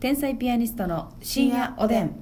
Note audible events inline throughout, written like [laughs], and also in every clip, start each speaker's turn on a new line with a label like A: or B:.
A: 天才ピアニストの深夜おでん。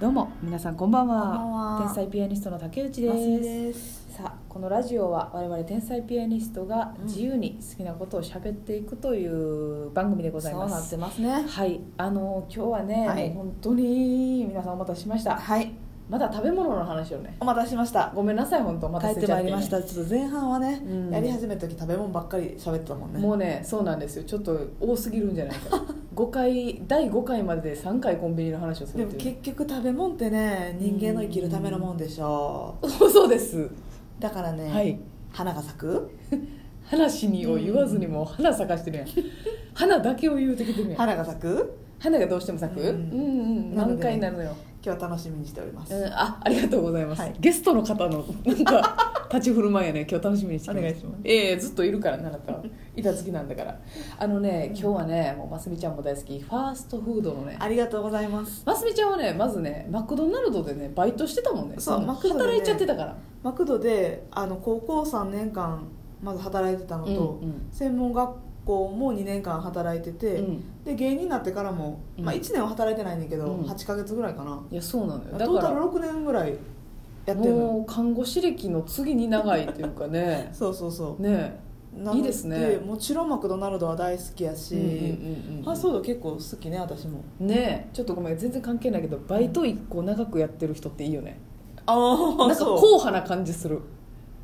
A: どうも皆さんこんばんは。
B: こんばんは
A: 天才ピアニストの竹内で。
B: ますすです
A: さあこのラジオは我々天才ピアニストが自由に好きなことを喋っていくという番組でござい
B: そう
A: ま
B: なっ
A: す。
B: てますね
A: はい、あの今日はね、
B: はい
A: もう本当に皆さんお待たせしました。
B: はい
A: まだ食べ物の話をね。
B: お待たせしました
A: ごめんなさい本当お待
B: 帰
A: たせ
B: って
A: しちゃ
B: ま
A: っ
B: い
A: て、
B: り
A: ね、
B: ましたちょっと前半はね、
A: うん
B: やり始めた時食べ物ばっかり喋ってたもんね
A: もうねそうなんですよちょっと多すぎるんじゃない [laughs] か5回第5回までで3回コンビニの話をす
B: で
A: るっ
B: も
A: ていう
B: 結局食べ物ってね人間の生きるためのもんでしょ
A: そうです、
B: うだからね、
A: はい
B: 花が咲く
A: 話にを言わずにもう花咲かしてるやん花だけを言うてきてるやん
B: 花が咲く
A: 花がどうしても咲く、う、
B: うんん
A: うんうん
B: なのでね
A: 満開になるのよ、
B: 今日は楽しみにしております、
A: うん、あありがとうございます、
B: はい
A: ゲストの方のなん [laughs] か立ち振る舞いやね今日楽しみにして
B: お願いします
A: ええずっといるからなあなたは板付きなんだからあのね今日はねもうますみちゃんも大好きファーストフードのね
B: ありがとうございます
A: ますみちゃんはねまずねマクドナルドでねバイトしてたもんね
B: そう
A: も
B: マクドでね
A: 働いちゃってたから
B: マクドであの高校3年間まず働いてたのと、
A: うんうん
B: 専門学校も2年間働いてて、
A: うん
B: で芸人になってからも、
A: うん
B: まあ、1年は働いてないねんだけど、
A: うん
B: 8か月ぐらいかな、
A: いやそうなのよだ
B: トー
A: か
B: タル
A: ら
B: 6年ぐらいやってんの
A: もう看護師歴の次に長いというかね
B: そうそうそう
A: ね
B: なの
A: いいですね
B: もちろんマクドナルドは大好きやし、
A: うんうんうんうん
B: ファーストフード結構好きね私も
A: ねちょっとごめん全然関係ないけどバイト一個長くやってる人っていいよね
B: [laughs] あ
A: なんか硬派な感じする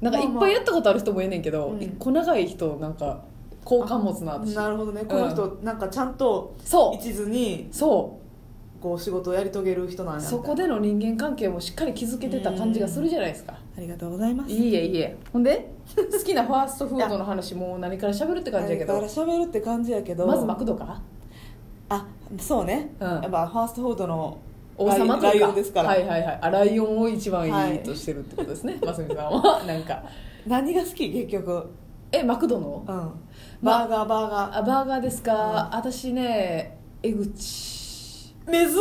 A: なんかい
B: まあ
A: っ
B: まあ
A: ぱいやったことある人もええねんけど
B: うん
A: 一個長い人なんか好感持つな私
B: なるほどねこの人、なんかちゃんと
A: そ
B: 一途に
A: うそう
B: こう仕事をやり遂げる人なんやみたい
A: そ
B: な
A: こでの人間関係もしっかり築けてた感じがするじゃないですか
B: ありがとうございます
A: いいえいいえほんで好きなファーストフードの話もう何から喋るって感じやけ
B: だから
A: ど
B: 喋るって感じやけど
A: まずマクドか
B: あそうね、
A: うん
B: やっぱファーストフードの
A: 王様とか
B: ライライオンですから、
A: はいはいはいあライオンを一番
B: はい
A: いいとしてるってことですね [laughs] 真澄、さん
B: [laughs]
A: はなんか
B: 何が好き結局、
A: えマクド
B: うん、
A: の
B: バ
A: ま
B: ーガーバーガ
A: あバーガーですか、私ね江口
B: ーめずっ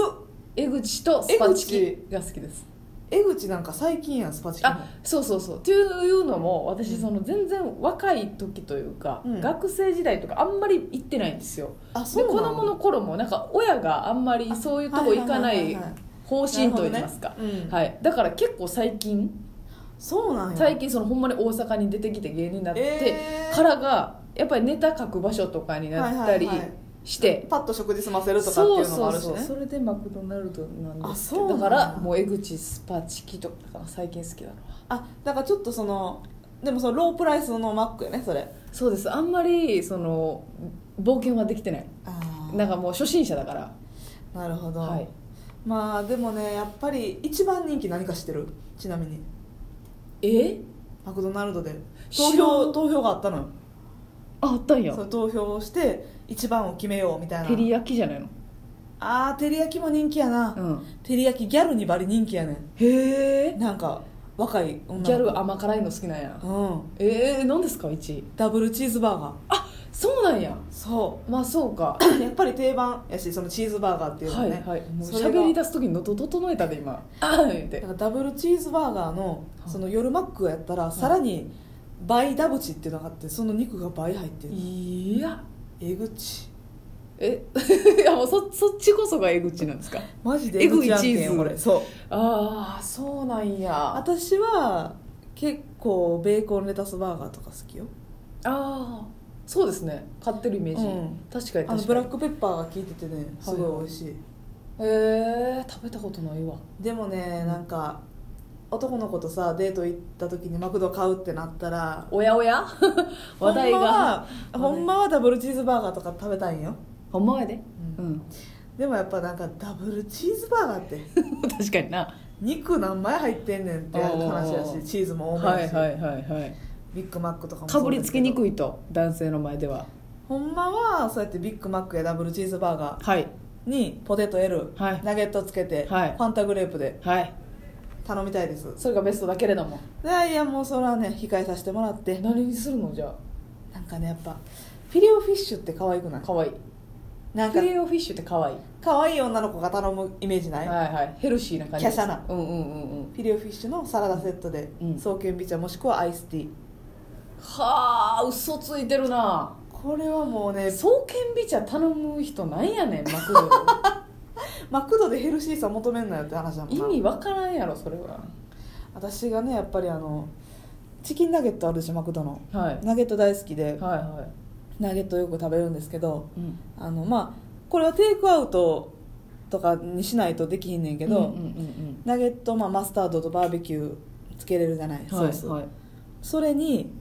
A: 江口とスパチキが好きです
B: 江口なんか最近やんスパチキも
A: あそうそうそうっていうのも私その全然若い時というか、
B: うん
A: 学生時代とかあんまり行ってないんですよ
B: あ
A: で
B: な
A: 子
B: の
A: 供の頃もなんか親があんまりそういうとこ行かな
B: はいはい
A: い
B: はいはい
A: 方針といいますか、
B: なるほどねうん
A: はい、だから結構最近
B: そうなんや
A: 最近そのほんまに大阪に出てきて芸人になって
B: えー
A: からがやっぱりネタ書く場所とかになったり
B: はいはいはい
A: して、
B: パッと食事済ませるとかって
A: そ
B: いううのも
A: そ
B: あ
A: う
B: るし
A: そう
B: ね
A: それでマクドナルドなんで
B: あ
A: すけど
B: そうなん
A: だ
B: や
A: からもう江口スパチキとかが最近好きなのは
B: あだからちょっとそのでもそのロープライスのマックやねそれ
A: そうですあんまりその冒険はできてない
B: あ
A: なんかもう初心者だから、
B: なるほど、
A: はい、
B: まあでもねやっぱり一番人気何か知ってるちなみに
A: え
B: マクドナルドで投
A: 知らん
B: 票投票があったのよ
A: ああったんや
B: その投票をして一番を決めようみたいな
A: 照り焼きじゃないの
B: あー照り焼きも人気やな、
A: うん
B: 照り焼きギャルにバリ人気やね
A: へえ
B: んなんか若い女の子
A: ギャル甘辛いの好きなんや
B: うん
A: えー、何ですか1位
B: ダブルチーズバーガー
A: あそうなんや
B: そ
A: まあそうか
B: うやっぱり定番やしそのチーズバーガーっていうの
A: は
B: はいね、
A: はいもう
B: それが
A: 喋り出す時に喉整えたで今ああ言う
B: だ
A: て
B: からダブルチーズバーガーの
A: はい
B: その夜マックやったらさらに倍ダブチっていうのがあってその肉が倍入ってる
A: いや
B: えぐち
A: え [laughs] いやもうそそっちこそが江口なんですか
B: マジでえぐいチ
A: えぐ
B: ー
A: いチーズ
B: ズこれそう
A: ああそうなんやあ
B: 私は結構ベーコンレタスバーガーとか好きよ
A: あーそうですね買ってるイメージ、
B: うん
A: 確かに確か
B: あ
A: に
B: のブラックペッパーが効いててねすごい美味しい、
A: へえ食べたことないわ
B: でもねなんか男の子とさデート行った時にマクド買うってなったら
A: おやおや [laughs] 話題が
B: ほん,、まは、ほんまはダブルチーズバーガーとか食べたいんよ
A: ほんま [laughs] やでう、
B: うんでもやっぱなんかダブルチーズバーガーって
A: [laughs] 確かにな
B: 肉何枚入ってんねんって話や
A: おー
B: しチーズも多め
A: は
B: や
A: い
B: し、
A: はいはいはい
B: ビッグマックとかも
A: かぶりつきに
B: い
A: くいと男性の前では
B: ほんまはそうやってビッグマックやダブルチーズバーガ
A: はい
B: ーにポテト L、
A: はい
B: ナゲットつけて、
A: はい
B: ファンタグレープで
A: はい
B: 頼みたいです
A: それがベストだけれども
B: いやいやもうそれはね控えさせてもらって
A: 何にするのじゃあ
B: なんかねやっぱフィレオフィッシュって可愛くない
A: かわいい
B: なん
A: フ
B: か
A: ィレオフィッシュってかわいい
B: 可愛い女の子が頼むイメージな、
A: はいいはいヘルシーな感じ
B: 華奢な
A: うんうんうんうん
B: フィレオフィッシュのサラダセットで、
A: うん
B: 双剣美茶もしくはアイスティー
A: はわー嘘ついてるな
B: これはもうね
A: 創建美茶頼む人なんやねんマクドナ
B: マクドでヘルシーさ求めんなよって話だもん
A: ル [laughs]
B: な
A: ド意味わからんやろそれは
B: 私がねやっぱりあのチキンナゲットあるでしょマクドの
A: はい
B: ナゲット大好きで、
A: はいは
B: ナゲットよく食べるんですけど
A: い、うん、
B: あのまあこれはテイクアウトとかにしないとできひんねんけ
A: け
B: ど、
A: ど、うんうんうん
B: ナゲット、まあ、マスタードとバーベキューつけれるじゃな
A: う
B: い、
A: ん、は
B: ソ
A: い
B: ース
A: はい
B: それに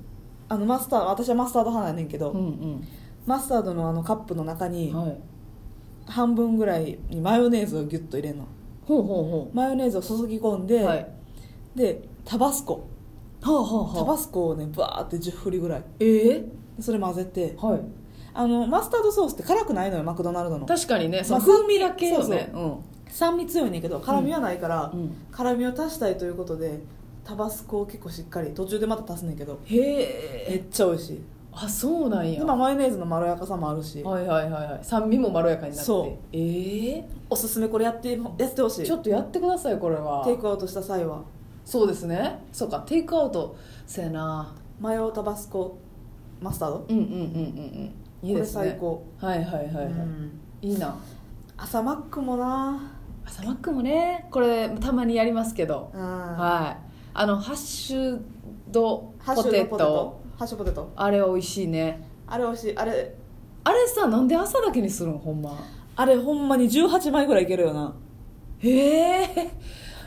B: あのマスタード私はマスタード派なんやねんけど、
A: うん
B: マスタードのあのカップの中
A: う
B: に
A: んはい
B: 半分ぐらいにマヨネーズをギュッと入れるの
A: ほうほ
B: マヨネーズを注ぎ込ん
A: う
B: で、
A: ほうはい
B: でタバスコ
A: はあはあはあ
B: タバスコをねバーって10振りぐらい
A: ええ
B: でそれ混ぜて
A: はい
B: あのマスタードソースって辛くないのよマクドナルドの
A: 確かにねその
B: まあ
A: 風味だけよ
B: そう
A: ね
B: そう酸味強いねんけど辛みはないから、
A: んうん
B: 辛みを足したいということでタバスコを結構しっかり途中でまた足すねんけど
A: へ
B: め
A: え
B: っちゃ美味しい
A: あそうなんや
B: で、まあ、マヨネーズのまろやかさもあるし
A: はいはいはいはい酸味もまろやかになって
B: そ
A: ええ
B: おすすめこれやってもやってほしい
A: ちょっとやってくださいこれは
B: テイクアウトした際は
A: そうですねそうかテイクアウトせやな
B: マヨタバスコマスタード
A: うんうんうんうんうんいいですね
B: これ最高
A: はいはいはいはい、
B: うん
A: いいな
B: 朝マックもな
A: 朝マックもねこれたまにやりますけど、
B: うん
A: はいあのハッシュド
B: ハッシ
A: ポ
B: ュド
A: テ
B: ポ
A: ト
B: テトハッシュポテト
A: あれ美味しいね
B: あれ美味しいあれ
A: あれさなんで朝だけにするんほんま
B: あれほんまに18枚ぐらいいけるよな
A: へえ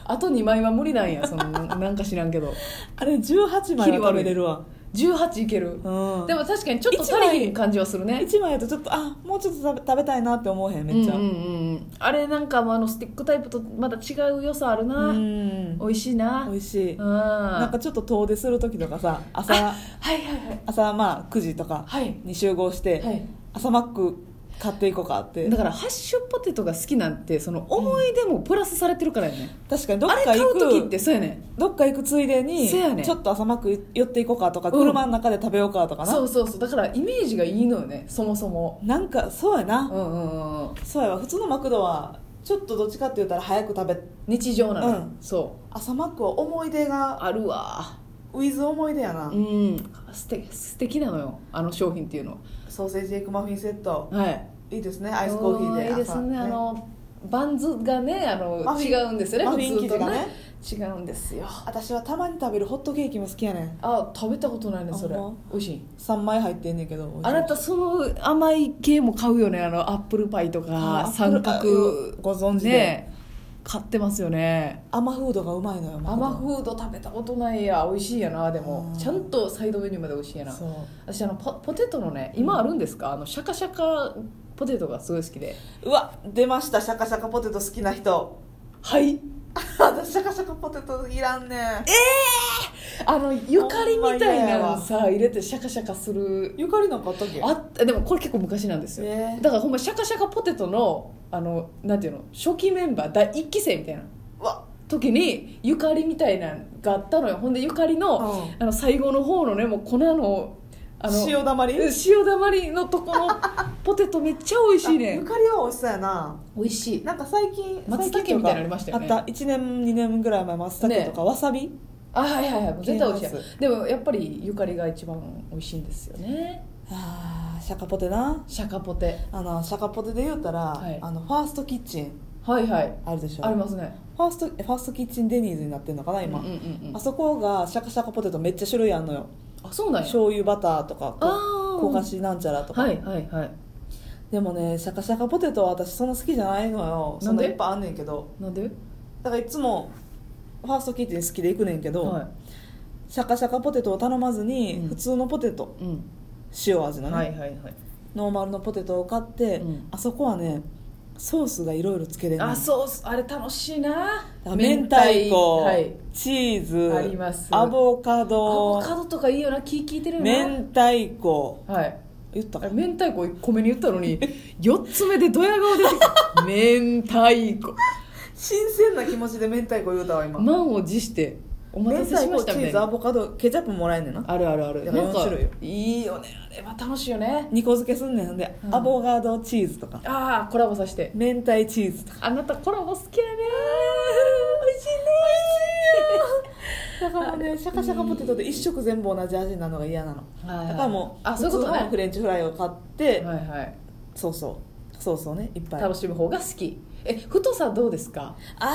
A: あと2枚は無理なんやそのなんか知らんけど
B: あれ18枚は食べれるわ、
A: 18いける
B: うん、
A: でも確かにちょっと足りひん感じはするね
B: 1枚やとちょっとあもうちょっと食べ食べたいなって思うへんめっちゃ
A: うんうんうんうんあれなんかもあのスティックタイプとまた違う良さあるな、
B: うん
A: 美味しいな
B: 美味しい
A: うんな
B: なんかちょっと遠出する時とかさ朝
A: はいはい
B: 朝まあ9時とか
A: はい
B: に集合し
A: は
B: て、
A: い、はい
B: 朝マック買っていこうかって
A: だからハッシュポテトが好きなんてその思い出もプラスされてるからやね、
B: 確かにどっ
A: あれ
B: か
A: 買
B: 行
A: う
B: く
A: 時ってそうやね
B: どっか行くついでに
A: せやねん
B: ちょっと朝マック寄っていこうかとか、
A: うん
B: 車の中で食べようかとかな
A: そうそうそうだからイメージがいいのよねそもそも
B: なんかそう
A: う
B: やな、
A: んうんうんうん
B: そうやわ普通のマクドはちょっとどっちかって言ったら早く食べ
A: 日常なの、
B: うん
A: そ
B: 朝マックは思い出
A: う
B: が
A: あるわ
B: ウィズ思い出やな、
A: うんすて素敵なのよあの商品っていうの
B: ソーセージエッグマフィンセット
A: ははい
B: いいですねアイスコーヒーで
A: いいですねあ
B: 朝
A: のバンズがねあ
B: マ
A: の
B: フィン
A: 違うんですよね
B: マフィン
A: 普通と
B: 生地が
A: ね
B: ね
A: 違うんですよ
B: 私はたまに食べるホットケーキも好きやねん
A: あ食べたことないねそれ
B: あほんま
A: 美味しい
B: 3枚入ってんねんけど美味しい
A: あなたその甘い系も買うよねあのアップルパイと
B: あ
A: か
B: ー
A: 三角
B: ご存知で、
A: ね買ってますよね
B: アマフードがうまいのよマクド
A: 生フード食べたことないや美味しいやなでも
B: あー
A: ちゃんとサイドメニューまで美味しいやな
B: そう
A: 私あのポポテトのね今あるんですか、あのシャカシャカポテトがすごい好きで
B: うわ出ましたシャカシャカポテト好きな人
A: はい
B: 私シャカシャカポテトいらんねん
A: あのゆかりみたいなのさ入れてシャカシャカする
B: ゆかりなんかあったっけ
A: あでもこれ結構昔なんですよ、
B: ね
A: だからほんまシャカシャカポテトのあのなんていうの初期メンバー第1期生みたいな
B: うわ
A: 時にゆかりみたいなのがあったのよほんでゆかりの,、
B: う
A: あの最後の方のねもう粉のあの
B: 塩だまり
A: うん塩だまりのとこのポテトめっちゃ美味しい
B: あ
A: ね
B: ゆかりは美味しそうやな
A: [laughs] 美味しい
B: なんか最近
A: 松茸
B: 最近と
A: みた
B: か
A: いなのありましたよね
B: あった1年2年ぐらい前松茸とか、わさび
A: あはいはいはい絶対美味し
B: 消えま
A: いでもやっぱりゆかりが一番美味しいんですよね
B: あーシャカポテな
A: シャカポテ
B: あのシャカポテで言うたら、
A: はい
B: あのファーストキッチン
A: はいはい
B: あるでしょ
A: ありますね
B: ファーストファーストキッチンデニーズになってるのかな今、
A: うんうんうんうん
B: あそこがシャカシャカポテトめっちゃ種類あんのよ
A: あそうなんや
B: 醤油バターとかこ
A: あー
B: う焦がしなんちゃらとか、
A: はいはいはい
B: でもねシャカシャカポテトは私そんな好きじゃないのよ
A: なんで
B: そいっぱいあんねんけど
A: なんで
B: だからいつもファーストキッチン好きで行くねんけど、
A: は
B: シャカシャカポテトを頼まずに、
A: うん
B: 普通のポテト
A: い、うん、
B: 塩味のね、
A: はいはいはい
B: ノーマルのポテトを買って、
A: うん
B: あそこはねソースがいろいろつけれる
A: あそうっすあれ楽しいな
B: 明太子、
A: はい
B: チー
A: あります
B: ズアボカ
A: ア
B: ド
A: ボカドとかいいよな気利いてるよな
B: 明太子
A: はい
B: 言った
A: あ
B: か
A: れ明太子1個目に言ったのに4つ目でドヤ
B: [laughs]
A: 顔出てきた明太子
B: 新鮮な気持ちで明太子言うたわ今
A: 満を持してお待
B: 明
A: たせし
B: 太
A: ま
B: 子
A: した
B: チ
A: みた
B: ー
A: い
B: ズア
A: な
B: ボカドケチャップもらえんねんな
A: あるあるある
B: だから
A: なんか
B: 四種類よ
A: いいよねあれは楽しいよね
B: 2個漬けすんねんで、
A: うん
B: アボカドチーズとか
A: ああコラボさせて
B: 明太チーズとか
A: あなたコラボ好きやね
B: 美味しいねだからねシャカシャカポテトで一食全部同じ味なのが嫌なの
A: は
B: だからもう
A: あそういうこと
B: 普通
A: ね
B: のフレンチフライを買って、
A: はいはい
B: そうそうそうそうねいっぱい
A: 楽しむ方が好きえ太さどうですか
B: あ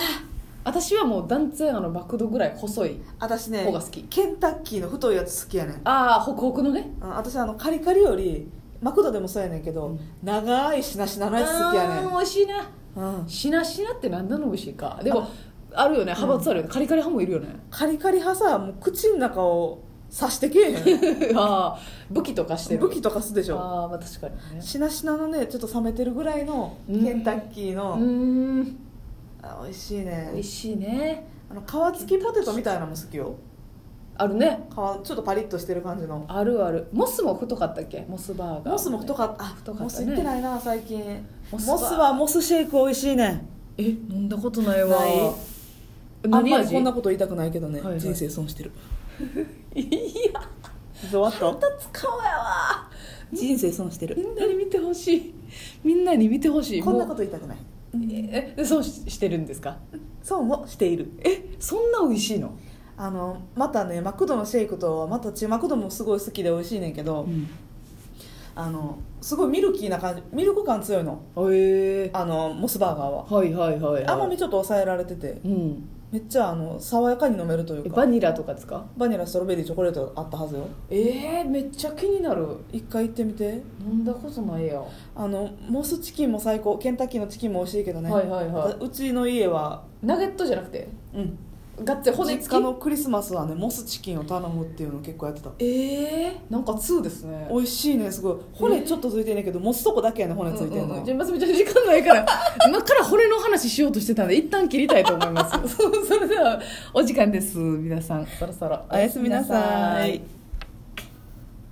A: 私はもう断然あのマクドぐらい細い
B: あ私ね
A: 方が好き
B: ケンタッキーの太いやつ好きやねん
A: ああホクホクのね
B: あ私あのカリカリよりマクドでもそうやねんけど、
A: うん
B: 長いしなしなのやつ好きやね
A: あ
B: ん
A: ー美味しいな
B: うん、
A: しなしなって何なの美味しいかでもあるよね派閥あるよね、カリカリ派もいるよね
B: カリカリ派さもう口の中を刺してけえへ
A: [laughs] ああ武器とかして
B: ん
A: る
B: 武器とかすでしょ
A: ああまあ確かにね
B: しなしなのねちょっと冷めてるぐらいの
A: うん
B: ケンタッキー
A: う
B: の、
A: ーん
B: あ美味しい
A: 美
B: ね
A: 味しいね
B: あの皮付きポテトみたいなのも好きよ
A: あるね
B: 皮ちょっとパリッとしてる感じの
A: あるあるモスも太かったっけモスバーガー
B: モスも太かったあ
A: 太かったね
B: モス行ってないな最近
A: モ
B: モ
A: ス
B: ス
A: は
B: はモスシェイク美味しいね
A: え飲んだことないわ
B: ない
A: え
B: あん
A: 何
B: まり
A: 味
B: こんなこと言いたくないけどね、
A: はいはい
B: 人生損してる
A: いや
B: ゾワッと
A: 立つ顔やわ
B: 人生損して
A: み
B: る
A: んなに見てほしいみんなに見てほしい
B: こんなことと言いたくない
A: ええそうししてるんですか
B: 損をしている
A: えそんな美味しいの、
B: あのまたねマクドのシェイクとはまた違うマクドもすごい好きで美味しいねんけど、あのすごいミルキーな感じミルク感強いの
A: へえ
B: あのモスバーガーは
A: はいはいはい、はい、
B: 甘みちょっと抑えられてて
A: うん
B: めっちゃあの爽やかに飲めるとい
A: え
B: う
A: バ
B: か
A: ニラとかですか
B: バニラストロベリーチョコレートあったはずよ
A: えー、めっちゃ気になる
B: 一回行ってみて
A: 飲んだことないや
B: あのモスチキンも最高ケンタッキーのチキンも美味しいけどね、
A: はいはいはいう
B: ちの家は
A: ナゲットじゃなくて
B: うん
A: ガッツリ骨
B: 実
A: 付き
B: 家のクリスマスはねモスチキンを頼むっていうのを結構やってた
A: ええー、なんか2ですね
B: 美味しいねすごい骨ちょっとついてんねんけど、モスとこだけやね骨ついてん
A: うん
B: の、
A: うんうんじゃあますみちゃん時間ない [laughs] から今から骨の話しようとしてたんで一旦切りたいと思 [laughs] いますそうそれではお時間です皆さんそろそろ
B: おやすみなさい